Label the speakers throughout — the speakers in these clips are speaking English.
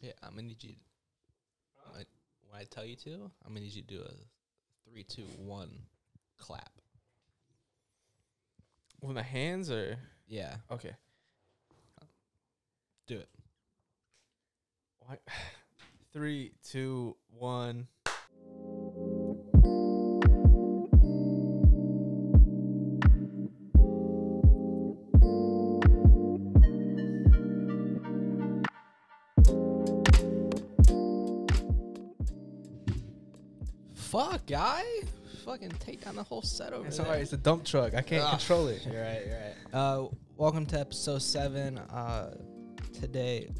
Speaker 1: Yeah, I'm gonna need you. I'm gonna- When I tell you to, I'm gonna need you to do a three, two, one, clap.
Speaker 2: With my hands or
Speaker 1: Yeah,
Speaker 2: okay.
Speaker 1: do it.
Speaker 2: Why- Three, two, one.
Speaker 1: Fuck, guy, fucking take down the whole set over
Speaker 2: It's
Speaker 1: there.
Speaker 2: alright. It's a dump truck. I can't
Speaker 1: Ugh.
Speaker 2: control it.
Speaker 1: You're right. You're right. Uh, welcome to episode seven. Uh, today,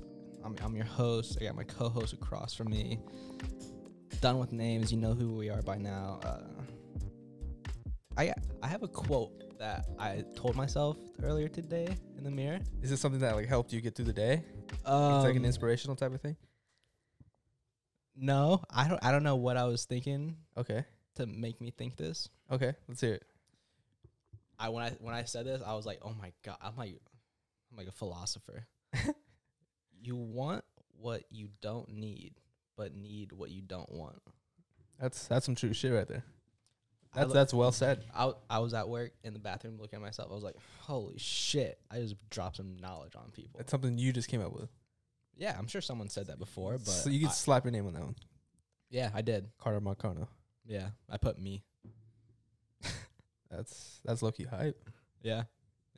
Speaker 1: I'm, I'm your host. I got my co-host across from me. Done with names. You know who we are by now. Uh, I I have a quote that I told myself earlier today in the mirror.
Speaker 2: Is this something that like helped you get through the day?
Speaker 1: Um,
Speaker 2: it's like an inspirational type of thing.
Speaker 1: no, I don't. I don't know what I was thinking
Speaker 2: Okay.
Speaker 1: to make me think this.
Speaker 2: Okay. Let's hear it.
Speaker 1: I when I when I said this, I was like, oh my god, I'm like I'm like a philosopher. you want what you don't need, but need what you don't want.
Speaker 2: That's that's some true shit right there.
Speaker 1: I
Speaker 2: That's
Speaker 1: lo-
Speaker 2: that's well said.
Speaker 1: I w- I was at work in the bathroom looking at myself. I was like, holy shit, I just dropped some knowledge on people.
Speaker 2: That's something you just came up with.
Speaker 1: yeah, I'm sure someone said that before, but
Speaker 2: so you can
Speaker 1: I-
Speaker 2: slap your name on that one,
Speaker 1: yeah, I did.
Speaker 2: Carter Marcano.
Speaker 1: Yeah, I put me.
Speaker 2: That's that's low key hype.
Speaker 1: Yeah, yeah,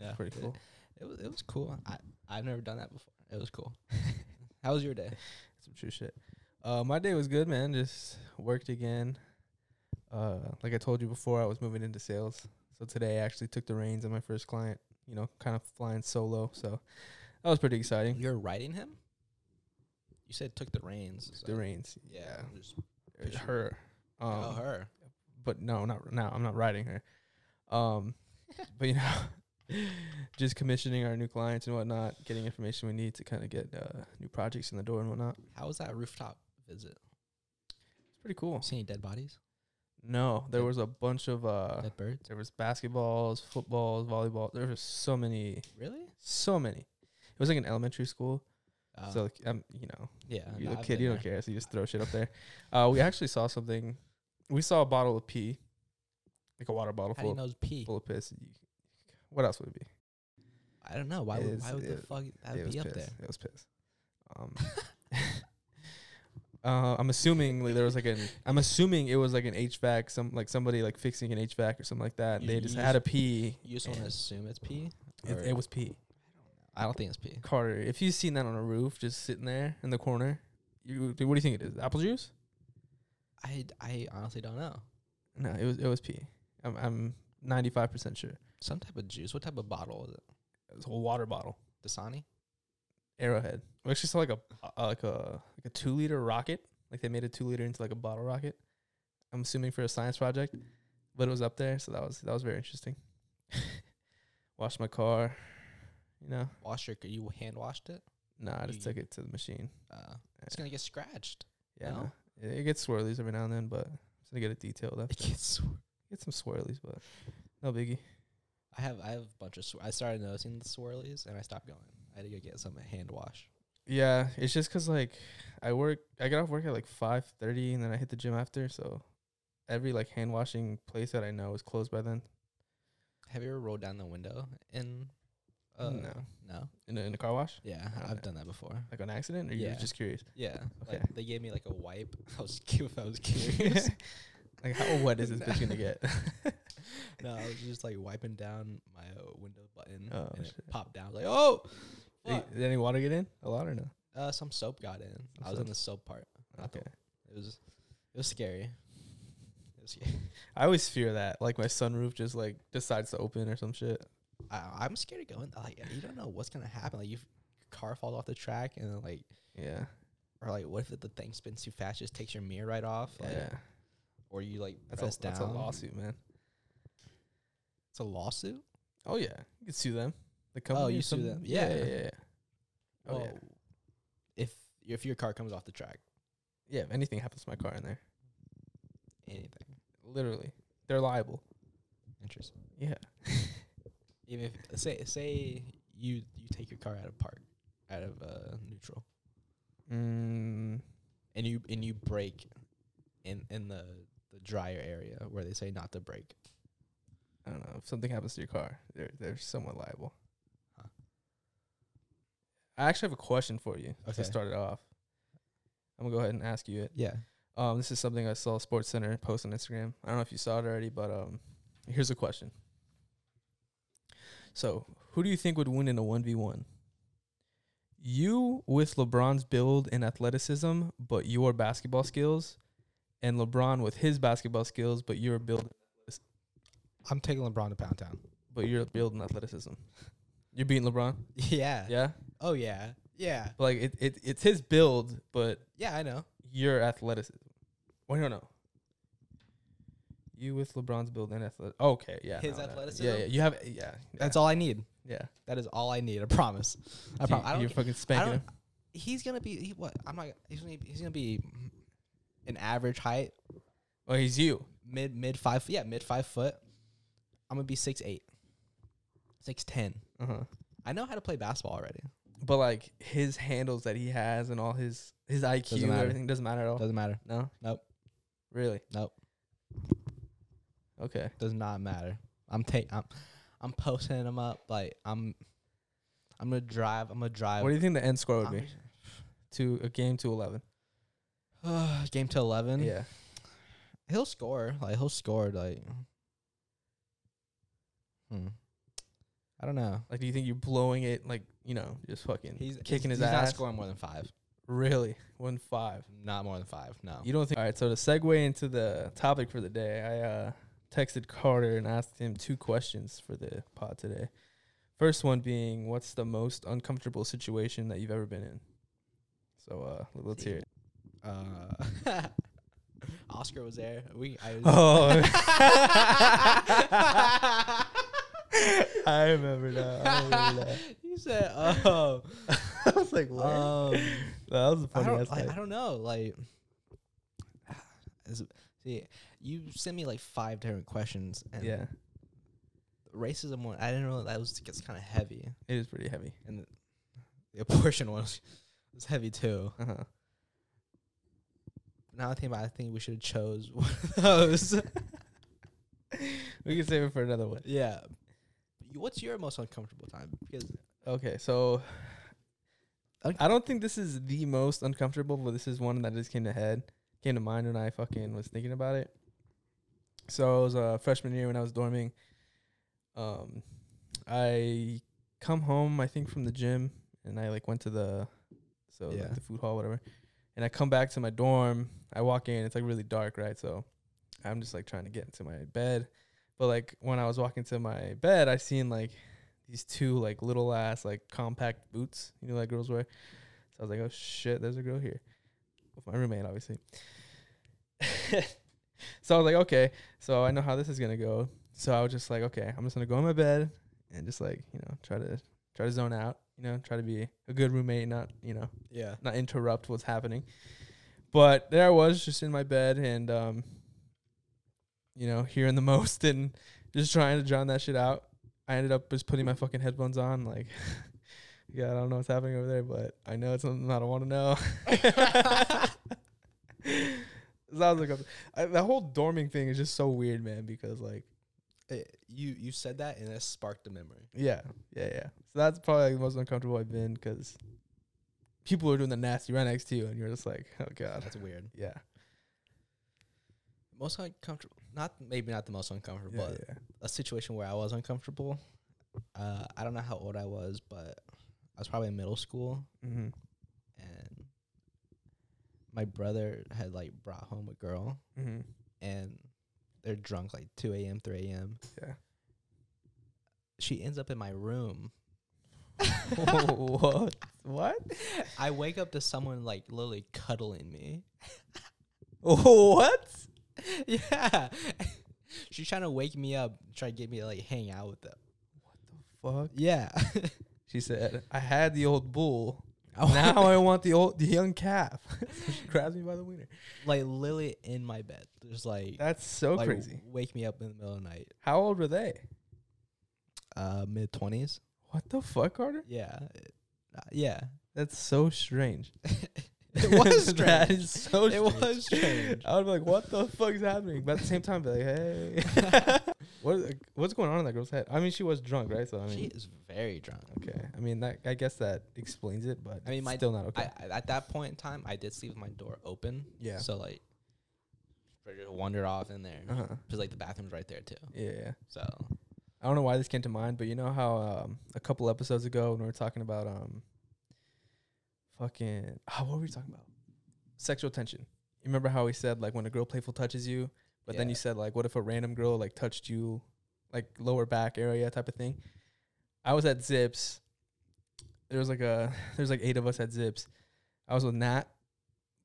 Speaker 2: That's pretty
Speaker 1: it-
Speaker 2: cool.
Speaker 1: It, was it was cool. I I've never done that before. It was cool. How was your day?
Speaker 2: some true shit. Uh, my day was good, man. Just worked again. Uh, like I told you before, I was moving into sales, so today I actually took the reins on my first client. You know, kind of flying solo, so that was pretty exciting.
Speaker 1: You're writing him. You said took the reins. so-
Speaker 2: The reins,
Speaker 1: Yeah. I'm just-
Speaker 2: It was her. Um,
Speaker 1: oh, her.
Speaker 2: but no, not now. I'm not riding her. Um, but you know, just commissioning our new clients and whatnot, getting information we need to kind of get uh, new projects in the door and whatnot.
Speaker 1: How was that rooftop visit?
Speaker 2: It's pretty cool.
Speaker 1: See any dead bodies?
Speaker 2: No, there
Speaker 1: Did-
Speaker 2: was a bunch of uh,
Speaker 1: dead birds?
Speaker 2: There was basketballs, footballs, volleyball. There was so many,
Speaker 1: Really?
Speaker 2: so many. It was like an elementary school,
Speaker 1: Uh,
Speaker 2: so like, um, you know,
Speaker 1: yeah.
Speaker 2: you're
Speaker 1: no,
Speaker 2: a
Speaker 1: I've
Speaker 2: kid,
Speaker 1: been
Speaker 2: you don't
Speaker 1: there.
Speaker 2: care, so you just throw shit up there. Uh, we actually saw something. We saw a bottle of pee, like a water bottle
Speaker 1: How do
Speaker 2: full,
Speaker 1: you know it's pee?
Speaker 2: full of piss. You- What else would it be?
Speaker 1: I don't know. Why
Speaker 2: It
Speaker 1: would
Speaker 2: is-
Speaker 1: why would the
Speaker 2: it-
Speaker 1: fuck that
Speaker 2: it was
Speaker 1: be up
Speaker 2: piss.
Speaker 1: there?
Speaker 2: It was piss. Um, uh, I'm assuming like, there was like an. I'm assuming it was like an HVAC, some like somebody like fixing an HVAC or something like that.
Speaker 1: You-
Speaker 2: they
Speaker 1: you
Speaker 2: just
Speaker 1: just-
Speaker 2: had a pee.
Speaker 1: You just want to
Speaker 2: and
Speaker 1: assume it's pee?
Speaker 2: It, it was pee.
Speaker 1: I don't think it's pee.
Speaker 2: Carter, if you've seen that on a roof, just sitting there in the corner, you what do you think it is? Apple juice?
Speaker 1: I, I honestly don't know.
Speaker 2: No, it was it was pee. I'm I'm ninety five percent sure.
Speaker 1: Some type of juice. What type of bottle is it?
Speaker 2: It was a water bottle,
Speaker 1: Dasani?
Speaker 2: Arrowhead. We actually saw like a uh, like a like a two liter rocket. Like they made a two liter into like a bottle rocket. I'm assuming for a science project, but it was up there, so that was that was very interesting. Washed my car, you know.
Speaker 1: Wash your. You hand washed it.
Speaker 2: Nah, I just
Speaker 1: You-
Speaker 2: took it to the machine.
Speaker 1: Uh, it's gonna get scratched.
Speaker 2: Yeah,
Speaker 1: No?
Speaker 2: nah. it, it gets swirlies every now and then, but I'm just gonna get it detailed after.
Speaker 1: It gets.
Speaker 2: Get some swirlies, but no biggie.
Speaker 1: I have I have a bunch of. Sw- I started noticing the swirlies and I stopped going. I had to go get some hand wash.
Speaker 2: Yeah, it's just 'cause like I work, I get off work at like five thirty, and then I hit the gym after. So every like hand washing place that I know is closed by then.
Speaker 1: Have you ever rolled down the window in? Uh,
Speaker 2: No.
Speaker 1: No.
Speaker 2: In a, in a car wash,
Speaker 1: Yeah, I've
Speaker 2: Alright.
Speaker 1: done that before.
Speaker 2: like on accident, or you're
Speaker 1: Yeah.
Speaker 2: just curious.
Speaker 1: Yeah.
Speaker 2: Okay.
Speaker 1: Like they gave me like a wipe. I was cute. I was curious.
Speaker 2: Like how wet is this bitch gonna get?
Speaker 1: no, I was just like wiping down my uh, window button
Speaker 2: Oh,
Speaker 1: and it
Speaker 2: shit.
Speaker 1: popped down. I was like, oh.
Speaker 2: Did,
Speaker 1: fuck."
Speaker 2: did any water get in? A lot or no?
Speaker 1: Uh, some soap got in.
Speaker 2: Some
Speaker 1: I was in
Speaker 2: soap.
Speaker 1: the soap part. not the-
Speaker 2: Okay.
Speaker 1: It was, it was scary. It was scary.
Speaker 2: I always fear that, like my sunroof just like decides to open or some shit.
Speaker 1: I, I'm scared of going. Like you don't know what's gonna happen. Like you, your car falls off the track and then like,
Speaker 2: Yeah.
Speaker 1: or like, what if the thing spins too fast? Just takes your mirror right off. Like,
Speaker 2: yeah.
Speaker 1: Or you like press
Speaker 2: That's a
Speaker 1: down.
Speaker 2: that's a lawsuit, man.
Speaker 1: It's a lawsuit.
Speaker 2: Oh yeah, you could sue them. The company. or
Speaker 1: you sue
Speaker 2: something?
Speaker 1: them.
Speaker 2: Yeah,
Speaker 1: Yeah.
Speaker 2: yeah, yeah. yeah. Oh yeah.
Speaker 1: Well, If if your car comes off the track,
Speaker 2: Yeah, if anything happens to my car in there,
Speaker 1: anything
Speaker 2: literally, they're liable.
Speaker 1: interesting.
Speaker 2: Yeah.
Speaker 1: Even if say say you you take your car out of park, out of uh, neutral,
Speaker 2: Mm,
Speaker 1: and you and you break in in the the drier area where they say not to break.
Speaker 2: I don't know. If something happens to your car, they're they're somewhat liable.
Speaker 1: Huh.
Speaker 2: I actually have a question for you
Speaker 1: Okay.
Speaker 2: to start it off. I'm gonna go ahead and ask you it.
Speaker 1: Yeah.
Speaker 2: Um, this is something I saw Sports Center post on Instagram. I don't know if you saw it already, but um, here's a question. So, who do you think would win in a one v one? You with LeBron's build and athleticism, but your basketball skills, and LeBron with his basketball skills, but your build
Speaker 1: I'm taking LeBron to Pound Town.
Speaker 2: but you're building athleticism. You're beating LeBron.
Speaker 1: Yeah.
Speaker 2: Yeah.
Speaker 1: Oh yeah. Yeah.
Speaker 2: But like it, it it's his build, but
Speaker 1: Yeah, I know.
Speaker 2: your athleticism. Wait, no, no. You with LeBron's build and athletic. Okay, yeah.
Speaker 1: His
Speaker 2: no, no, no.
Speaker 1: athleticism?
Speaker 2: Yeah, yeah. You have yeah.
Speaker 1: That's all I need.
Speaker 2: Yeah.
Speaker 1: That is all I need. I promise. I,
Speaker 2: You-
Speaker 1: prom- I
Speaker 2: you're
Speaker 1: don't.
Speaker 2: fucking
Speaker 1: I
Speaker 2: spanking
Speaker 1: don't.
Speaker 2: him.
Speaker 1: He's gonna be. He, what? I'm not. He's gonna. Be, he's gonna be an average height,
Speaker 2: Oh, he's you.
Speaker 1: mid mid five. Yeah, mid five foot. I'm gonna be six eight, six ten.
Speaker 2: Uh huh.
Speaker 1: I know how to play basketball already.
Speaker 2: But like his handles that he has and all his his IQ
Speaker 1: Doesn't
Speaker 2: and
Speaker 1: matter.
Speaker 2: everything doesn't matter at all.
Speaker 1: Doesn't matter.
Speaker 2: no.
Speaker 1: Nope.
Speaker 2: Really.
Speaker 1: Nope.
Speaker 2: Okay.
Speaker 1: Does not matter. I'm taking. I'm, I'm posting them up. Like I'm. I'm gonna drive. I'm gonna drive.
Speaker 2: What do you think the end score would
Speaker 1: I'm-
Speaker 2: be? To a game to eleven.
Speaker 1: game to eleven.
Speaker 2: Yeah.
Speaker 1: he'll score. Like he'll score. Like, hmm. I don't know.
Speaker 2: Like, do you think you're blowing it? Like, you know, just fucking
Speaker 1: He's
Speaker 2: kicking
Speaker 1: he's,
Speaker 2: his
Speaker 1: he's
Speaker 2: ass.
Speaker 1: Not scoring more than five.
Speaker 2: Really, one five.
Speaker 1: Not more than five. No.
Speaker 2: You don't think? All right. So to segue into the topic for the day, I uh, texted Carter and asked him two questions for the pod today. First one being, what's the most uncomfortable situation that you've ever been in? So uh, let- let's hear it.
Speaker 1: Uh, Oscar was there. We. I was
Speaker 2: Oh. I remember now. I remember that.
Speaker 1: you said, "Oh,
Speaker 2: I was like, what?
Speaker 1: um,
Speaker 2: that was a
Speaker 1: I
Speaker 2: funny ass.
Speaker 1: don't, like, I
Speaker 2: text.
Speaker 1: don't know. Like, is- see, you sent me like five different questions, and
Speaker 2: Yeah,
Speaker 1: racism one. I didn't know that was gets kind of heavy,
Speaker 2: it is pretty heavy.
Speaker 1: and the, the abortion one was, was heavy too.
Speaker 2: Uh huh.
Speaker 1: Now I think about, it, I think we should have chose one of those.
Speaker 2: We can save it for another one.
Speaker 1: yeah. You- What's your most uncomfortable time? Because
Speaker 2: Okay, so
Speaker 1: Unc-
Speaker 2: I don't think this is the most uncomfortable, but this is one that just came to head, came to mind when I fucking was thinking about it. So it was uh, freshman year when I was dorming. Um, I come home I think from the gym, and I like went to the so
Speaker 1: Yeah.
Speaker 2: like the food hall whatever, and I come back to my dorm. I walk in, it's like really dark, right? So I'm just like trying to get into my bed, but like when I was walking to my bed, I seen like these two like little ass like compact boots, you know, that girls wear. So I was like, oh shit, there's a girl here with my roommate, obviously. so I was like, okay, so I know how this is gonna go. So I was just like, okay, I'm just gonna go in my bed and just like you know try to try to zone out, you know, try to be a good roommate, not you know
Speaker 1: yeah,
Speaker 2: not interrupt what's happening. But there I was just in my bed and um you know, hearing the most and just trying to drown that shit out. I ended up just putting my fucking headphones on like yeah, I don't know what's happening over there, but I know it's something I don't want to know. So I was like, I, the whole dorming thing is just so weird, man, because like
Speaker 1: It- eh, you you said that and it sparked a memory.
Speaker 2: Yeah, yeah, yeah. So that's probably like, the most uncomfortable I've been because people are doing the nasty right next to you, and you're just like, oh god,
Speaker 1: That's weird.
Speaker 2: yeah,
Speaker 1: Most uncomfortable, not maybe not the most uncomfortable,
Speaker 2: yeah,
Speaker 1: but
Speaker 2: yeah.
Speaker 1: a situation where I was uncomfortable. Uh, I don't know how old I was, but I was probably in middle school,
Speaker 2: Mm-hmm.
Speaker 1: and my brother had like brought home a girl,
Speaker 2: Mm-hmm.
Speaker 1: and they're drunk like two a.m., three a.m.
Speaker 2: Yeah.
Speaker 1: She ends up in my room. Mm-hmm.
Speaker 2: what? What?
Speaker 1: I wake up to someone like literally cuddling me.
Speaker 2: What?
Speaker 1: yeah. She's trying to wake me up, try to get me to like hang out with them.
Speaker 2: Fuck.
Speaker 1: Yeah.
Speaker 2: She said, I had the old bull.
Speaker 1: I
Speaker 2: Now I want the old, the young calf. so she grabs me by the wiener.
Speaker 1: like literally in my bed. Just like
Speaker 2: That's so
Speaker 1: like,
Speaker 2: crazy.
Speaker 1: Wake me up in the middle of the night.
Speaker 2: How old were they?
Speaker 1: Uh, mid twenties.
Speaker 2: What the fuck, Carter?
Speaker 1: Yeah, Uh, yeah.
Speaker 2: That's so strange.
Speaker 1: It was
Speaker 2: that
Speaker 1: strange.
Speaker 2: is so.
Speaker 1: It
Speaker 2: strange.
Speaker 1: was strange.
Speaker 2: I would be like, "What the fuck is happening?" But at the same time, be like, "Hey, what is, what's going on in that girl's head?" I mean, she was drunk, right? So I mean,
Speaker 1: she is very drunk.
Speaker 2: okay. I mean, that I guess that explains it, but
Speaker 1: I mean, my-
Speaker 2: still not okay.
Speaker 1: I, I, at that point in time, I did sleep with my door open.
Speaker 2: Yeah.
Speaker 1: So like, I just wandered off in there because
Speaker 2: uh-huh.
Speaker 1: like the bathroom's right there too.
Speaker 2: Yeah, yeah.
Speaker 1: So
Speaker 2: I don't know why this came to mind, but you know how um, a couple episodes ago when we were talking about um, fucking, oh, what were we talking about? Sexual tension. You remember how we said like when a girl playful touches you, but then you
Speaker 1: Yeah.
Speaker 2: said like, what if a random girl like touched you, like lower back area type of thing? I was at Zips. There was like a there's like eight of us at Zips. I was with Nat,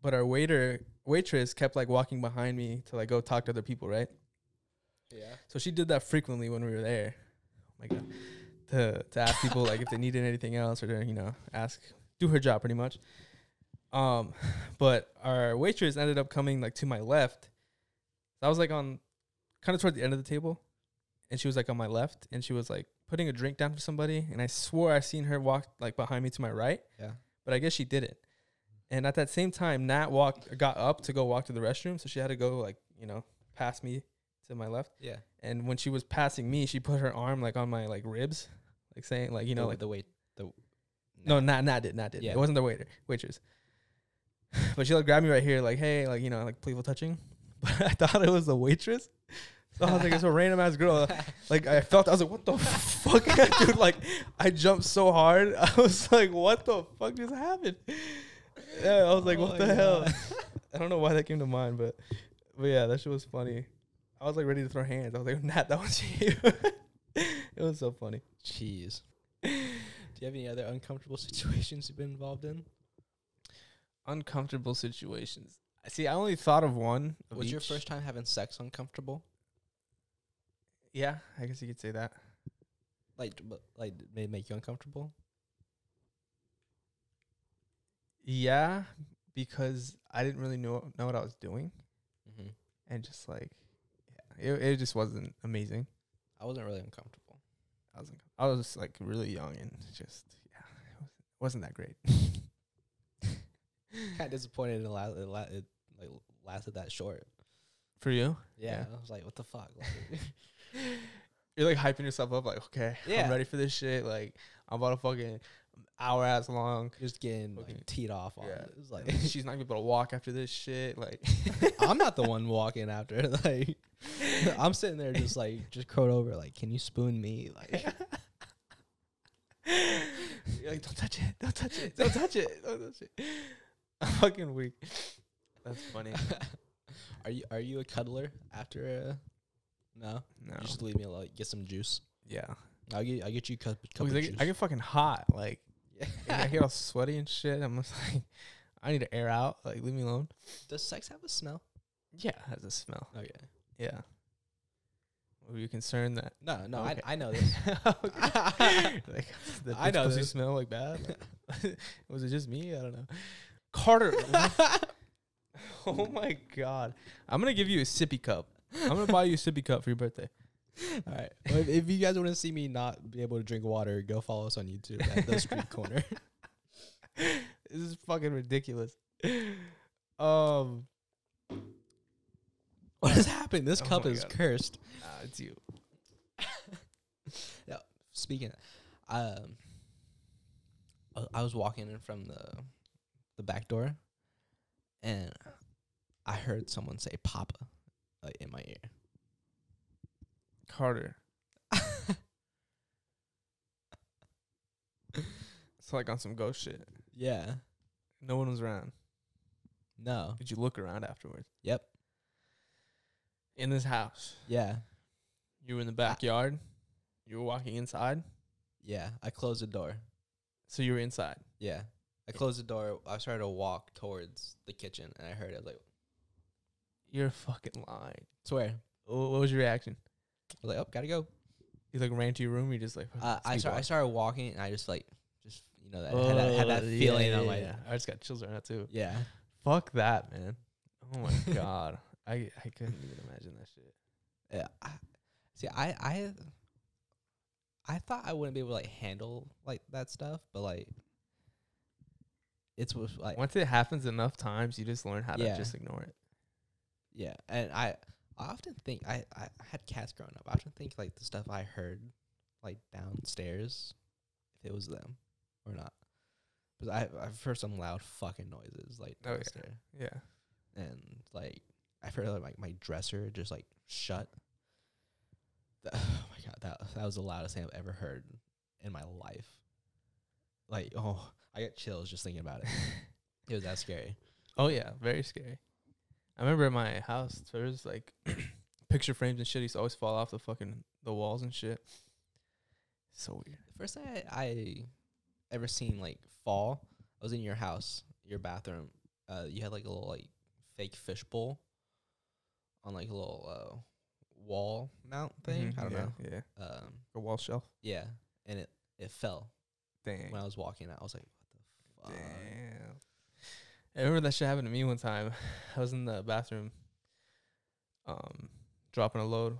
Speaker 2: but our waiter waitress kept like walking behind me to like go talk to other people, right?
Speaker 1: yeah.
Speaker 2: So she did that frequently when we were there. Oh my god. To to ask people like if they needed anything else or to, you know, ask do her job pretty much. Um but our waitress ended up coming like to my left. I was like on kind of toward the end of the table and she was like on my left and she was like putting a drink down for somebody and I swore I seen her walk like behind me to my right
Speaker 1: Yeah.
Speaker 2: but I guess she didn't. And at that same time, Nat walked, got up to go walk to the restroom, so she had to go like you know past me to my left.
Speaker 1: Yeah.
Speaker 2: And when she was passing me, she put her arm like on my like ribs, like saying like you know
Speaker 1: the,
Speaker 2: like
Speaker 1: the wait the
Speaker 2: no Nat Nat did Nat did
Speaker 1: Yeah.
Speaker 2: it wasn't the waiter waitress, but she like grabbed me right here like hey like you know like playful touching, but I thought it was the waitress. So I was like, it's a random ass girl. Like I felt, I was like, what the fuck, dude? Like I jumped so hard, I was like, what the fuck just happened? Yeah, I was like,
Speaker 1: Oh
Speaker 2: what
Speaker 1: my
Speaker 2: the hell?
Speaker 1: God.
Speaker 2: I don't know why that came to mind, but but yeah, that shit was funny. I was like ready to throw hands. I was like, Nat, that was you. it was so funny.
Speaker 1: Jeez. Do you have any other uncomfortable situations you've been involved in?
Speaker 2: Uncomfortable situations. See, I only thought of one. of
Speaker 1: Was your
Speaker 2: each.
Speaker 1: first time having sex uncomfortable?
Speaker 2: Yeah, I guess you could say that.
Speaker 1: Like, but, like, did it make you uncomfortable?
Speaker 2: Yeah, because I didn't really know know what I was doing,
Speaker 1: Mm-hmm.
Speaker 2: and just like, yeah, it it just wasn't amazing.
Speaker 1: I wasn't really uncomfortable.
Speaker 2: I was I was just, like really young and just yeah, it wasn't, wasn't that great.
Speaker 1: kind of disappointed it, la- it, la- it like lasted that short.
Speaker 2: For you,
Speaker 1: Yeah,
Speaker 2: Yeah.
Speaker 1: I was like, what the fuck? Like,
Speaker 2: you're like hyping yourself up, like okay,
Speaker 1: Yeah.
Speaker 2: I'm ready for this shit. Like I'm about to fucking hour ass long.
Speaker 1: just getting
Speaker 2: Okay.
Speaker 1: like teed off on
Speaker 2: Yeah.
Speaker 1: it. It was
Speaker 2: Like
Speaker 1: like,
Speaker 2: she's not gonna be able to walk after this shit. Like
Speaker 1: I'm not the one walking after. Like, I'm sitting there just like, just crowed over. Like, can you spoon me? Like,
Speaker 2: you're like don't touch it, don't touch it, don't touch it, don't touch it. I'm fucking weak. That's funny.
Speaker 1: are you are you a cuddler after? Uh, no,
Speaker 2: No.
Speaker 1: You just leave me alone. Get some juice.
Speaker 2: yeah.
Speaker 1: I'll get I'll get you a cup, cup
Speaker 2: Because
Speaker 1: of
Speaker 2: I,
Speaker 1: juice.
Speaker 2: get, I get fucking hot. Like and I
Speaker 1: Yeah.
Speaker 2: get all sweaty and shit. I'm just like, I need to air out. Like, leave me alone.
Speaker 1: Does sex have a smell?
Speaker 2: Yeah, it has a smell.
Speaker 1: Okay.
Speaker 2: Yeah. Were you concerned that?
Speaker 1: No, no,
Speaker 2: Okay.
Speaker 1: I, I know this.
Speaker 2: Okay. like, the
Speaker 1: I
Speaker 2: I
Speaker 1: know
Speaker 2: know. Pussy
Speaker 1: this.
Speaker 2: smell like bad. Like, was it just me? I don't know. Carter. what? oh my god. I'm gonna give you a sippy cup. I'm gonna buy you a sippy cup for your birthday.
Speaker 1: All right. Well, if, if you guys want to see me not be able to drink water, go follow us on YouTube at the Street Corner.
Speaker 2: This is fucking ridiculous. Um,
Speaker 1: What has happened? This
Speaker 2: Oh
Speaker 1: cup
Speaker 2: my
Speaker 1: is
Speaker 2: God.
Speaker 1: cursed.
Speaker 2: ah, it's you.
Speaker 1: Speaking, of, um, I- I was walking in from the the back door, and I heard someone say "Papa" like, in my ear.
Speaker 2: Carter. It's like on some ghost shit.
Speaker 1: Yeah.
Speaker 2: No one was around.
Speaker 1: No.
Speaker 2: Did you look around afterwards?
Speaker 1: Yep.
Speaker 2: In this house,
Speaker 1: Yeah.
Speaker 2: you were in the backyard. You were walking inside,
Speaker 1: Yeah. I closed the door.
Speaker 2: so you were inside.
Speaker 1: Yeah. I closed the door. I started to walk towards the kitchen, and I heard it. I was like,
Speaker 2: You're fucking lying.
Speaker 1: swear.
Speaker 2: Wh- What was your reaction?
Speaker 1: I was like, oh, gotta go.
Speaker 2: You like ran to your room. You just like.
Speaker 1: Uh, I,
Speaker 2: fucking
Speaker 1: start, I
Speaker 2: sleepwalk.
Speaker 1: started walking, and I just like, just you know, that, had, that, had
Speaker 2: Oh,
Speaker 1: that
Speaker 2: yeah,
Speaker 1: feeling
Speaker 2: yeah,
Speaker 1: on my
Speaker 2: yeah. I just got chills right now too.
Speaker 1: yeah.
Speaker 2: Fuck that, man. Oh my god, I I couldn't even imagine that shit.
Speaker 1: Yeah, I, see, I, I, I thought I wouldn't be able to like handle like that stuff, but like, it's was like
Speaker 2: Once it happens enough times, you just learn how
Speaker 1: Yeah.
Speaker 2: to just ignore it.
Speaker 1: yeah, and I I often think I I I had cats growing up. I often think like the stuff I heard like downstairs, if it was them or not, because I I've heard some loud fucking noises like
Speaker 2: Oh, yeah.
Speaker 1: downstairs.
Speaker 2: Yeah.
Speaker 1: and like I've heard like my dresser just like shut. Th- oh my god, that that was the loudest thing I've ever heard in my life. Like oh, I get chills just thinking about it. it was that scary.
Speaker 2: Oh yeah, very scary. I remember at my house there was like picture frames and shit used to always fall off the fucking the walls and shit. So weird.
Speaker 1: The first thing I, I ever seen like fall, I was in your house, your bathroom. Uh, you had like a little like fake fish bowl on like a little uh, wall mount thing.
Speaker 2: Mhm,
Speaker 1: I don't
Speaker 2: yeah,
Speaker 1: know.
Speaker 2: Yeah.
Speaker 1: Um,
Speaker 2: A wall shelf.
Speaker 1: yeah, and it it fell.
Speaker 2: Dang.
Speaker 1: when I was walking out. I was like, what the fuck?
Speaker 2: Damn. uh, I remember that shit happened to me one time. I was in the bathroom, um, dropping a load,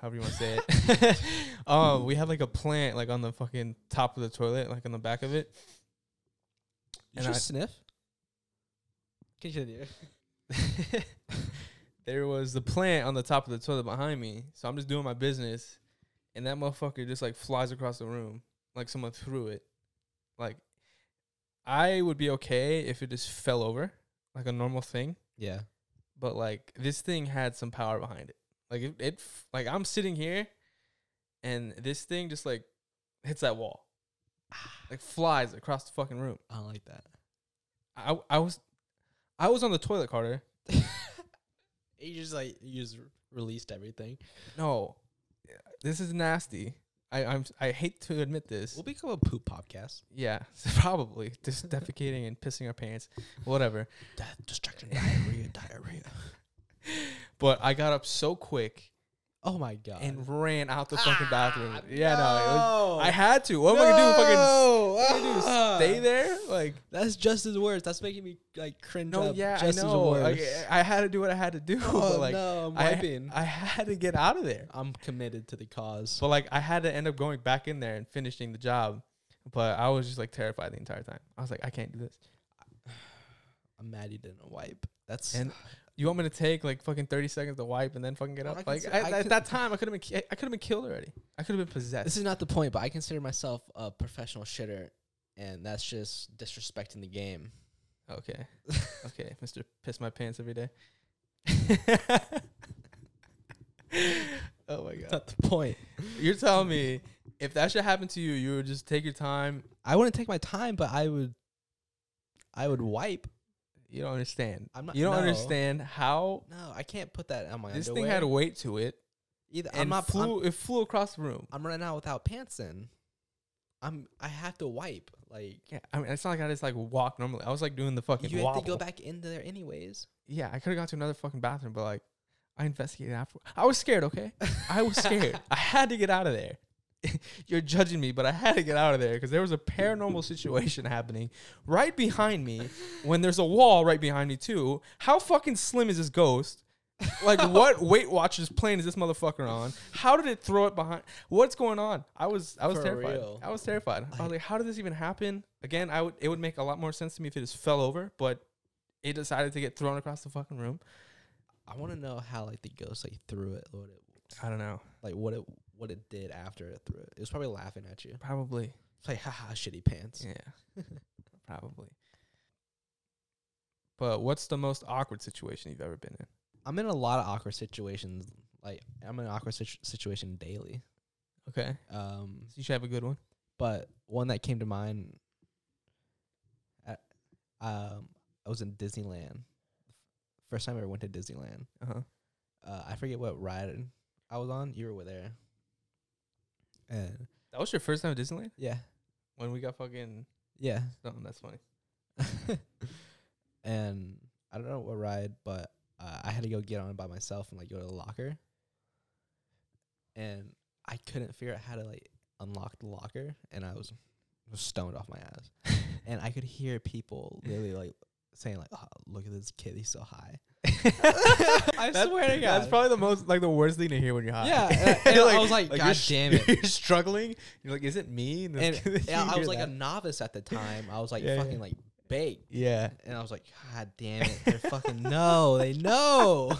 Speaker 2: however you want to say it. um, we had like a plant like on the fucking top of the toilet, like on the back of it.
Speaker 1: Did you sniff? Continue.
Speaker 2: there was the plant on the top of the toilet behind me. So I'm just doing my business, and that motherfucker just like flies across the room like someone threw it. Like I would be okay if it just fell over like a normal thing,
Speaker 1: Yeah.
Speaker 2: but like this thing had some power behind it. Like it, it f- like I'm sitting here, and this thing just like hits that wall, like flies across the fucking room.
Speaker 1: I don't like that.
Speaker 2: I I was I was on the toilet, Carter.
Speaker 1: You just like you just released everything.
Speaker 2: No, this is nasty. I, I'm I hate to admit this.
Speaker 1: We'll become a poop podcast.
Speaker 2: Yeah, probably just defecating and pissing our pants, whatever.
Speaker 1: Death, destruction, diarrhea, diarrhea.
Speaker 2: But I got up so quick
Speaker 1: Oh my god. Ah,
Speaker 2: and ran out the fucking bathroom. Yeah, Uh, ah, no, it was,
Speaker 1: no.
Speaker 2: I had to. What am I gonna do? Fucking s-
Speaker 1: No.
Speaker 2: what am I gonna do?
Speaker 1: Ah.
Speaker 2: Stay there? Like
Speaker 1: That's just as worse. That's making me like cringe.
Speaker 2: no,
Speaker 1: up
Speaker 2: yeah, I
Speaker 1: just
Speaker 2: know.
Speaker 1: As
Speaker 2: Like,
Speaker 1: worse.
Speaker 2: I had to do what I had to do.
Speaker 1: oh
Speaker 2: but like
Speaker 1: no, I'm
Speaker 2: I-
Speaker 1: wiping.
Speaker 2: I had to get out of there.
Speaker 1: I'm committed to the cause.
Speaker 2: So like I had to end up going back in there and finishing the job, but I was just like terrified the entire time. I was like, I can't do this.
Speaker 1: I'm mad you didn't wipe. That's
Speaker 2: And you want me to take like fucking thirty seconds to wipe and then fucking get
Speaker 1: Well, I
Speaker 2: up? Like
Speaker 1: consi-
Speaker 2: I,
Speaker 1: I
Speaker 2: at
Speaker 1: con-
Speaker 2: that time, I could have been ki- I could have been killed already. I could have been possessed.
Speaker 1: This is not the point, but I consider myself a professional shitter, and that's just disrespecting the game.
Speaker 2: okay. Okay, Mister Piss my pants every day. oh my god!
Speaker 1: not the point.
Speaker 2: You're telling me if that should happen to you, you would just take your time.
Speaker 1: I wouldn't take my time, but I would. I would wipe.
Speaker 2: You don't understand.
Speaker 1: I'm not-
Speaker 2: you don't
Speaker 1: no.
Speaker 2: understand how
Speaker 1: No, I can't put that on my
Speaker 2: this
Speaker 1: underwear.
Speaker 2: thing had weight to it.
Speaker 1: either.
Speaker 2: and
Speaker 1: I'm not. I'm,
Speaker 2: flew. it flew across the room.
Speaker 1: I'm running out without pants in. I'm. I have to wipe. Like
Speaker 2: Yeah, I mean, it's not like I just like walk normally. I was like doing the fucking.
Speaker 1: you have to
Speaker 2: wobble.
Speaker 1: go back into there anyways.
Speaker 2: Yeah, I could have gone to another fucking bathroom, but like, I investigated after. I was scared. Okay, I was scared. I had to get out of there. You're judging me, but I had to get out of there because there was a paranormal situation happening right behind me. When there's a wall right behind me too. How fucking slim is this ghost? Like, what Weight Watchers plane is this motherfucker on? How did it throw it behind? What's going on? I was I was
Speaker 1: For
Speaker 2: terrified.
Speaker 1: real.
Speaker 2: I was terrified. I was like, how did this even happen? Again, I would it would make a lot more sense to me if it just fell over, but it decided to get thrown across the fucking room.
Speaker 1: I want to know how like the ghost like threw it. What it
Speaker 2: I don't know.
Speaker 1: like what it what it did after it threw it. It was probably laughing at you.
Speaker 2: Probably.
Speaker 1: It's like haha, shitty pants.
Speaker 2: Yeah. probably. But what's the most awkward situation you've ever been in?
Speaker 1: I'm in a lot of awkward situations. Like I'm in an awkward situ- situation daily.
Speaker 2: Okay.
Speaker 1: Um,
Speaker 2: So you should have a good one.
Speaker 1: but one that came to mind. At, um, I was in Disneyland. First time I ever went to Disneyland.
Speaker 2: Uh huh.
Speaker 1: Uh, I forget what ride I was on. You were there. And
Speaker 2: That was your first time at Disneyland?
Speaker 1: yeah,
Speaker 2: When we got fucking
Speaker 1: yeah.
Speaker 2: something that's funny.
Speaker 1: and I don't know what ride, but uh, I had to go get on by myself and like go to the locker. And I couldn't figure out how to like unlock the locker, and I was was stoned off my ass. and I could hear people literally like saying like, oh, "Look at this kid, he's so high." I
Speaker 2: That-
Speaker 1: swear to
Speaker 2: That's
Speaker 1: God.
Speaker 2: probably the most like the worst thing to hear when you're high.
Speaker 1: Yeah, uh, and- and I was like,
Speaker 2: you're
Speaker 1: "God
Speaker 2: str-
Speaker 1: damn it."
Speaker 2: You're struggling. You're like, is it me?
Speaker 1: And
Speaker 2: then you
Speaker 1: yeah, I
Speaker 2: hear
Speaker 1: was like
Speaker 2: that.
Speaker 1: a novice at the time. I was like
Speaker 2: Yeah, yeah.
Speaker 1: fucking like bake.
Speaker 2: Yeah.
Speaker 1: And I was like, God damn it. They fucking know. They know.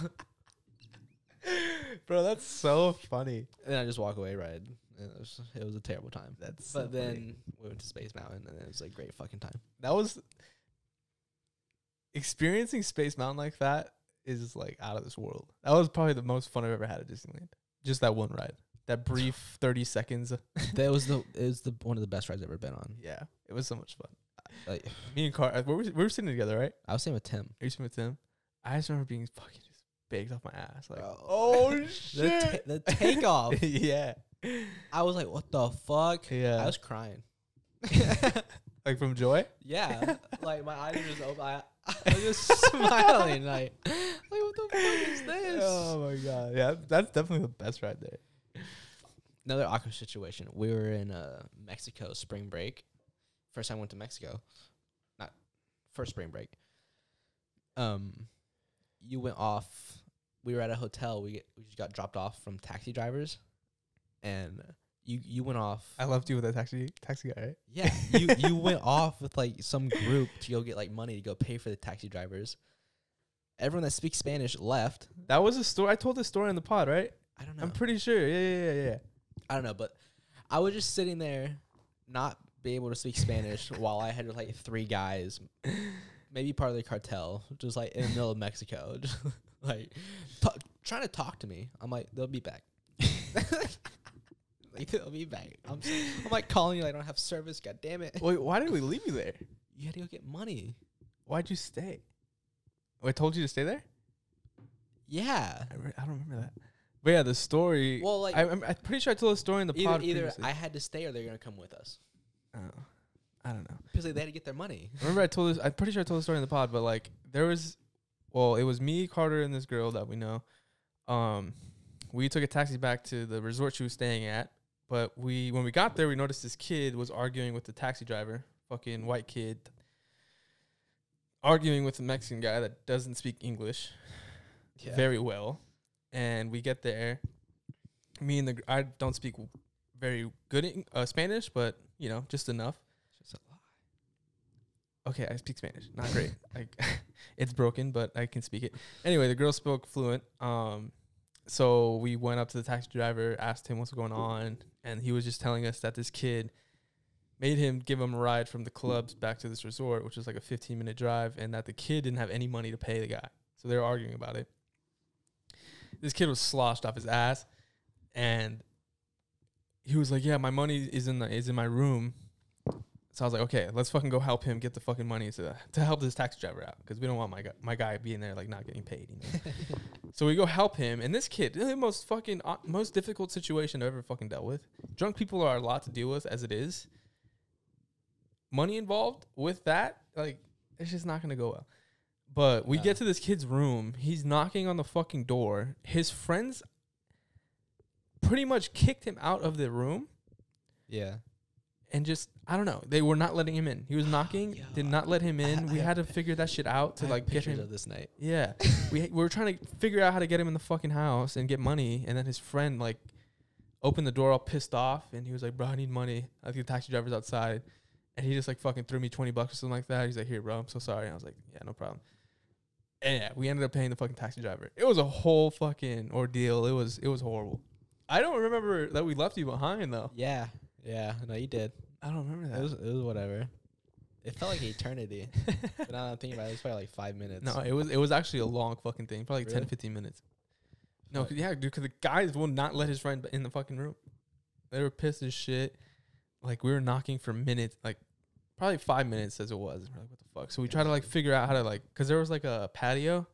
Speaker 2: Bro, that's so funny.
Speaker 1: And I just walk away, right? And it was, it was a terrible time.
Speaker 2: That's so
Speaker 1: But
Speaker 2: funny.
Speaker 1: then we went to Space Mountain and it was a great fucking time.
Speaker 2: that was experiencing Space Mountain like that is like out of this world. That was probably the most fun I've ever had at Disneyland. Just that one ride. That brief 30 seconds.
Speaker 1: that was the it was the one of the best rides I've ever been on.
Speaker 2: Yeah. It was so much fun.
Speaker 1: Like
Speaker 2: Me and Car, uh, we were, we were sitting together, right?
Speaker 1: I was saying with Tim.
Speaker 2: Are you sitting with Tim? I just remember being fucking just baked off my ass. Like,
Speaker 1: Bro.
Speaker 2: oh
Speaker 1: The, ta-
Speaker 2: shit.
Speaker 1: the takeoff.
Speaker 2: yeah.
Speaker 1: I was like, what the fuck?
Speaker 2: Yeah.
Speaker 1: I was crying.
Speaker 2: like from Joy?
Speaker 1: yeah. Like my eyes were just open. I, I was just smiling. Like, like what the fuck is this?
Speaker 2: Oh my god. Yeah, that's definitely the best ride there.
Speaker 1: another awkward situation. We were in uh, Mexico spring break. First time I went to Mexico, not first spring break. Um, you went off. We were at a hotel. We we just got dropped off from taxi drivers, and you you went off.
Speaker 2: I left you with that taxi taxi guy, right?
Speaker 1: yeah, you you went off with like some group to go get like money to go pay for the taxi drivers. Everyone that speaks Spanish left.
Speaker 2: That was a story. I told this story on the pod, right?
Speaker 1: I don't know.
Speaker 2: I'm pretty sure. Yeah, yeah, yeah, yeah.
Speaker 1: I don't know, but I was just sitting there, not be able to speak Spanish, while I had like three guys, maybe part of the cartel, just like in the middle of Mexico, just, like ta trying to talk to me. I'm like, they'll be back. like they'll be back. I'm, s- I'm like calling you. Like, I don't have service. God damn it!
Speaker 2: Wait, why did we leave you there?
Speaker 1: You had to go get money.
Speaker 2: Why'd you stay? Oh, I told you to stay there.
Speaker 1: Yeah.
Speaker 2: I, re- I don't remember that. But yeah, the story.
Speaker 1: Well, like
Speaker 2: I, I'm, I'm pretty sure I told the story in the
Speaker 1: either,
Speaker 2: pod.
Speaker 1: either
Speaker 2: previously.
Speaker 1: I had to stay or they're gonna come with us
Speaker 2: Oh, I don't know.
Speaker 1: because like, they had to get their money.
Speaker 2: Remember, I told this. I'm pretty sure I told the story in the pod, but like there was, well, it was me, Carter, and this girl that we know. Um, we took a taxi back to the resort she was staying at, but we when we got there, we noticed this kid was arguing with the taxi driver, fucking white kid, arguing with a Mexican guy that doesn't speak English very well. And we get there. Me and the gr- I don't speak very good Eng- uh, Spanish, but you know just enough.
Speaker 1: It's a lot.
Speaker 2: okay, I speak Spanish. Not great. Like it's broken, but I can speak it. Anyway, the girl spoke fluent. Um so we went up to the taxi driver, asked him what's going on, and he was just telling us that this kid made him give him a ride from the clubs back to this resort, which was like a 15 minute drive, and that the kid didn't have any money to pay the guy. So they were arguing about it. This kid was sloshed off his ass and he was like, "Yeah, my money is in the, is in my room." So I was like, okay, let's fucking go help him get the fucking money to to help this taxi driver out because we don't want my guy, my guy being there like not getting paid. You know? so we go help him, and this kid, the most fucking uh, most difficult situation I've ever fucking dealt with. Drunk people are a lot to deal with as it is. Money involved with that, like it's just not gonna go well. But we
Speaker 1: No.
Speaker 2: get to this kid's room. He's knocking on the fucking door. His friends pretty much kicked him out of the room
Speaker 1: Yeah.
Speaker 2: and just I don't know. They were not letting him in. He was knocking,
Speaker 1: Yo,
Speaker 2: did not let him
Speaker 1: I-
Speaker 2: in.
Speaker 1: I
Speaker 2: we
Speaker 1: have
Speaker 2: had to figure that shit out
Speaker 1: I
Speaker 2: to
Speaker 1: have
Speaker 2: like get
Speaker 1: pictures
Speaker 2: him.
Speaker 1: of this night.
Speaker 2: Yeah, we we were trying to figure out how to get him in the fucking house and get money. And then his friend like opened the door all pissed off, and he was like, "Bro, I need money. I think the taxi driver's outside." And he just like fucking threw me twenty bucks or something like that. He's like, "Here, bro, I'm so sorry." And I was like, "Yeah, no problem." And yeah, we ended up paying the fucking taxi driver. It was a whole fucking ordeal. It was it was horrible. I don't remember that we left you behind though.
Speaker 1: Yeah. Yeah. No, you did.
Speaker 2: I don't remember that.
Speaker 1: It was it was whatever. It felt like eternity. but now that I'm thinking about it, it's probably like five minutes.
Speaker 2: No, it was it was actually a long fucking thing, probably like 10,
Speaker 1: Really?
Speaker 2: 15 minutes. No,
Speaker 1: Fuck.
Speaker 2: 'cause- yeah, dude, because the guys will not let his friend b- in the fucking room. They were pissed as shit. Like we were knocking for minutes, like probably five minutes as it was. And we're like, what the fuck? So we tried to like figure out how to like, cause there was like a patio.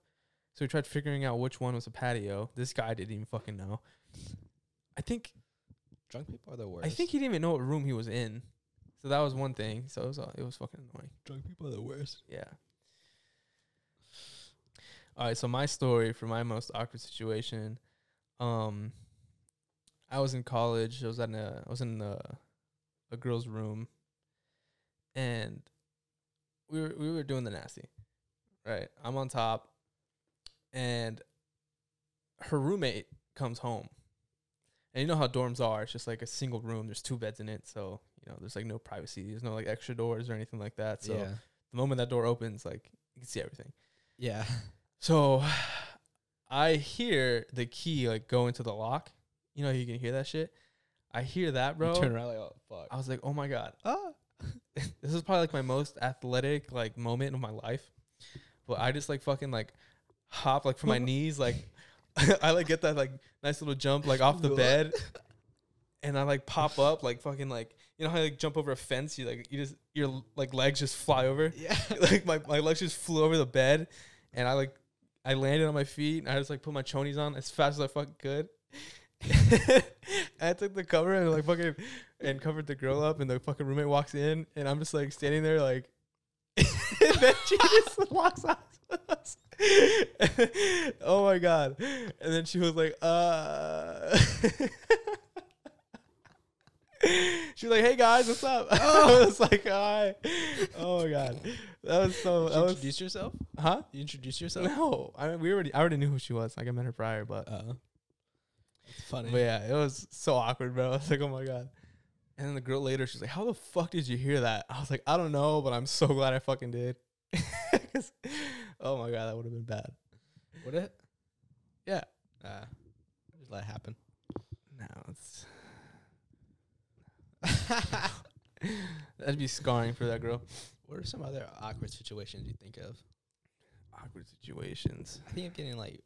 Speaker 2: So we tried figuring out which one was a patio. This guy didn't even fucking know. I think
Speaker 1: drunk people are the worst.
Speaker 2: I think he didn't even know what room he was in. So that was one thing. So it was uh, it was fucking annoying.
Speaker 1: drunk people are the worst.
Speaker 2: Yeah. All right, so my story for my most awkward situation, um, I was in college. I was at a I was in a, a girl's room, and we were we were doing the nasty, right? I'm on top, and her roommate comes home, and you know how dorms are. It's just like a single room. There's two beds in it, so you know there's like no privacy. There's no like extra doors or anything like that. So
Speaker 1: yeah.
Speaker 2: the moment that door opens, like you can see everything.
Speaker 1: Yeah.
Speaker 2: So I hear the key like go into the lock. You know, you can hear that shit. I hear that, bro.
Speaker 1: You turn around like, oh fuck.
Speaker 2: I was like, oh my god,
Speaker 1: Ah.
Speaker 2: this is probably like my most athletic like moment of my life. But I just like fucking like hop like from my knees like I like get that like nice little jump like off the bed and I like pop up like fucking like you know how you like jump over a fence you like you just your like legs just fly over
Speaker 1: Yeah.
Speaker 2: like my, my legs just flew over the bed and I like I landed on my feet and I just like put my chonies on as fast as I fucking could. I took the cover and like fucking and covered the girl up and the fucking roommate walks in and I'm just like standing there like and then she just walks out to us. oh my god. And then she was like, uh She was like, hey guys, what's up? I was like, hi. Oh my god. That was
Speaker 1: Did
Speaker 2: so
Speaker 1: you
Speaker 2: that was
Speaker 1: introduce yourself?
Speaker 2: huh?
Speaker 1: You introduce yourself?
Speaker 2: No, I mean, we already I already knew who she was. Like I met her prior, but
Speaker 1: Uh, it's funny.
Speaker 2: but yeah, it was so awkward, bro. I was like, oh my god. And then the girl later, she's like, "How the fuck did you hear that?" I was like, "I don't know, but I'm so glad I fucking did." 'Cause- oh my god, that would have been bad.
Speaker 1: Would it?
Speaker 2: Yeah.
Speaker 1: Uh, just let it happen.
Speaker 2: No, it's that'd be scarring for that girl.
Speaker 1: What are some other awkward situations you think of?
Speaker 2: Awkward situations.
Speaker 1: I think of getting like,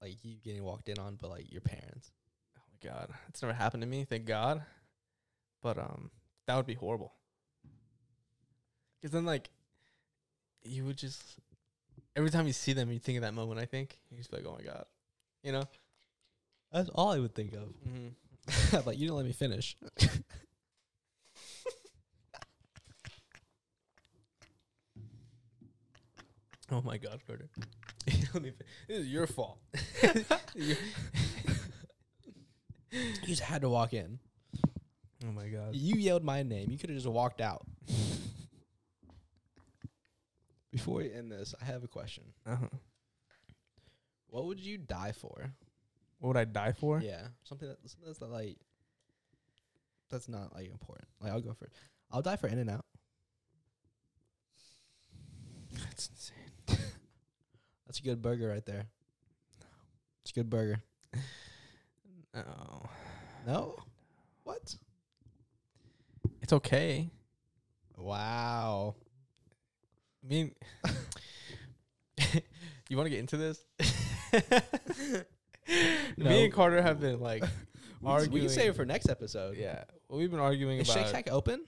Speaker 1: like you getting walked in on, but like your parents.
Speaker 2: Oh my god, it's never happened to me, thank God. But um, that would be horrible. Cause then like, you would just every time you see them, you think of that moment. I think you just be like, oh my god, you know.
Speaker 1: That's all I would think of.
Speaker 2: Mm-hmm.
Speaker 1: like you didn't let me finish.
Speaker 2: Oh my god, Carter. Let me fin- this is your fault. You-
Speaker 1: You just had to walk in.
Speaker 2: oh my god.
Speaker 1: You yelled my name. You could have just walked out. Before we end this, I have a question.
Speaker 2: Uh-huh.
Speaker 1: What would you die for?
Speaker 2: What would I die for?
Speaker 1: Yeah, something that something that's not like that's not like important. Like I'll go for it. I'll die for In and Out.
Speaker 2: That's insane.
Speaker 1: That's a good burger right there. It's a good burger.
Speaker 2: No,
Speaker 1: No, what?
Speaker 2: it's okay.
Speaker 1: Wow.
Speaker 2: I mean, you want to get into this?
Speaker 1: No.
Speaker 2: Me and Carter have been like
Speaker 1: We can-
Speaker 2: arguing.
Speaker 1: We can save it for next episode.
Speaker 2: Yeah, well, we've been arguing
Speaker 1: Is
Speaker 2: about.
Speaker 1: Shake Shack open?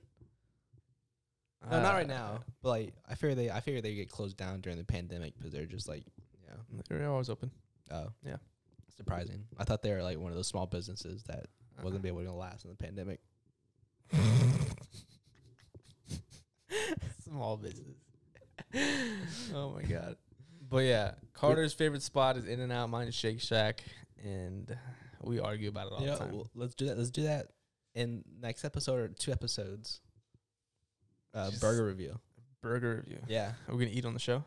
Speaker 1: No,
Speaker 2: uh,
Speaker 1: not right now. But like, I figure they, I figure they get closed down during the pandemic because they're just like, yeah,
Speaker 2: They're always open.
Speaker 1: oh,
Speaker 2: Yeah.
Speaker 1: surprising. I thought they were like one of those small businesses that
Speaker 2: Uh-huh.
Speaker 1: wasn't be able to last in the pandemic.
Speaker 2: Small business. oh my god. But yeah, Carter's favorite spot is In and Out. Mine is Shake Shack, and we argue about it all
Speaker 1: You know,
Speaker 2: the time.
Speaker 1: well, let's do that. Let's do that in next episode or two episodes. Uh,
Speaker 2: Just-
Speaker 1: burger review.
Speaker 2: Burger review.
Speaker 1: Yeah,
Speaker 2: Are we gonna eat on the show?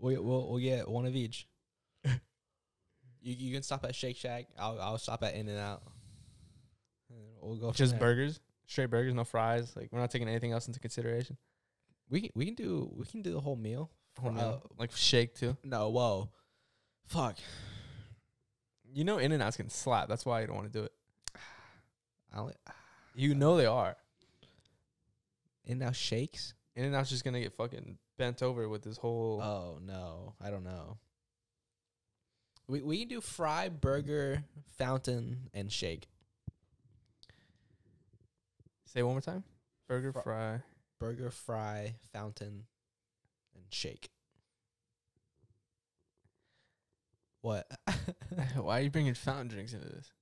Speaker 1: we, we'll we'll get one of each. you you can stop at Shake Shack. I'll I'll stop at In and Out. We'll go from
Speaker 2: Just
Speaker 1: there.
Speaker 2: burgers, straight burgers, no fries. Like we're not taking anything else into consideration.
Speaker 1: We can, we can do we can do the whole meal.
Speaker 2: Oh, no.
Speaker 1: Uh,
Speaker 2: like shake too.
Speaker 1: No, whoa, fuck.
Speaker 2: You know, In and Out's getting slapped. That's why you don't want to do it.
Speaker 1: I don't,
Speaker 2: You know they are.
Speaker 1: and now shakes.
Speaker 2: In and Out's just gonna get fucking bent over with this whole.
Speaker 1: Oh no, I don't know. We we can do fry, burger, fountain, and shake.
Speaker 2: say it one more time. Burger,
Speaker 1: Fri-
Speaker 2: fry.
Speaker 1: Burger, fry, fountain, and shake. What?
Speaker 2: Why are you bringing fountain drinks into this?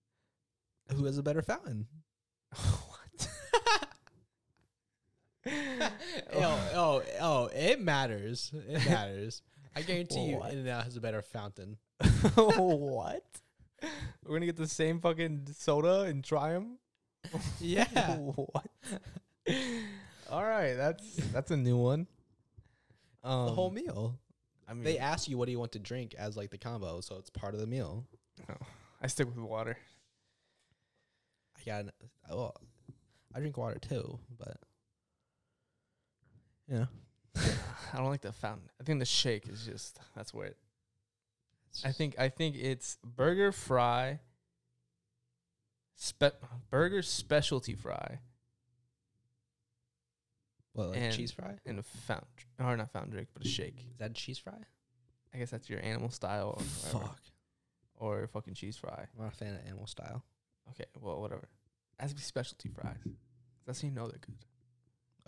Speaker 1: Who has a better fountain?
Speaker 2: what?
Speaker 1: oh, oh, oh! It matters. It matters. I guarantee you,
Speaker 2: What?
Speaker 1: In and Out has a better fountain.
Speaker 2: what? We're gonna get the same fucking soda and try them.
Speaker 1: Yeah.
Speaker 2: what? All right, that's that's a new one. Um,
Speaker 1: the whole meal.
Speaker 2: I mean,
Speaker 1: They ask you what do you want to drink as like the combo, so it's part of the meal.
Speaker 2: I stick with water.
Speaker 1: oh, I got an, well, I drink water too, but Yeah.
Speaker 2: I don't like the fountain. I think the shake is just that's where it. I think I think it's burger fry. Spe- burger specialty fry
Speaker 1: What, like
Speaker 2: and-
Speaker 1: cheese fry?
Speaker 2: and a found or not found drink, but a shake.
Speaker 1: Is that a cheese fry?
Speaker 2: I guess that's your animal style or whatever.
Speaker 1: Fuck.
Speaker 2: or fucking cheese fry.
Speaker 1: I'm not a fan of animal style.
Speaker 2: Okay, well whatever. It has to be specialty fries. That's how you know they're good.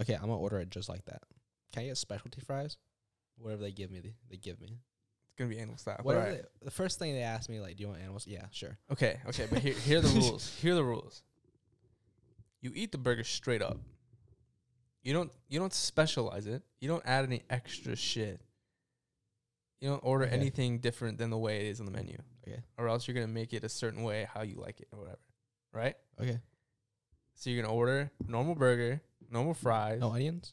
Speaker 1: Okay, I'm gonna order it just like that. Can I get specialty fries? Whatever they give me, they, they give me.
Speaker 2: It's gonna be animal style. but
Speaker 1: Whatever
Speaker 2: alright.
Speaker 1: they- the first thing they ask me, like, do you want animals? Yeah, sure.
Speaker 2: Okay, okay, but here, here are the rules. Here are the rules. You eat the burger straight up. You don't you don't specialize it. You don't add any extra shit. You don't order
Speaker 1: Okay.
Speaker 2: anything different than the way it is on the menu.
Speaker 1: Okay.
Speaker 2: Or else you're gonna make it a certain way how you like it or whatever. Right?
Speaker 1: Okay.
Speaker 2: So you're gonna order normal burger, normal fries.
Speaker 1: No onions?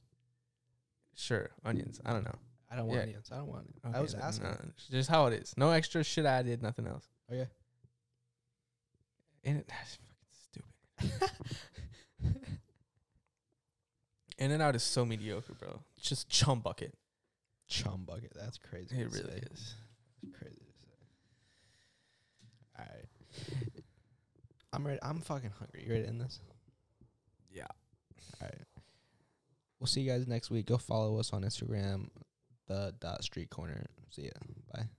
Speaker 2: Sure, onions. I don't know.
Speaker 1: I don't want
Speaker 2: Yeah.
Speaker 1: onions. I don't want onions. I
Speaker 2: Okay,
Speaker 1: was
Speaker 2: then,
Speaker 1: asking.
Speaker 2: no, just how it is. No extra shit added, nothing else.
Speaker 1: Okay.
Speaker 2: And it, that's fucking stupid. In and out is so mediocre, bro. It's just chum bucket.
Speaker 1: Chum bucket. That's crazy.
Speaker 2: It
Speaker 1: to say.
Speaker 2: really is.
Speaker 1: That's crazy. To say. All right. I'm ready. I'm fucking hungry. You ready to end this?
Speaker 2: Yeah.
Speaker 1: All right. We'll see you guys next week. Go follow us on Instagram, the dot street corner. See ya. Bye.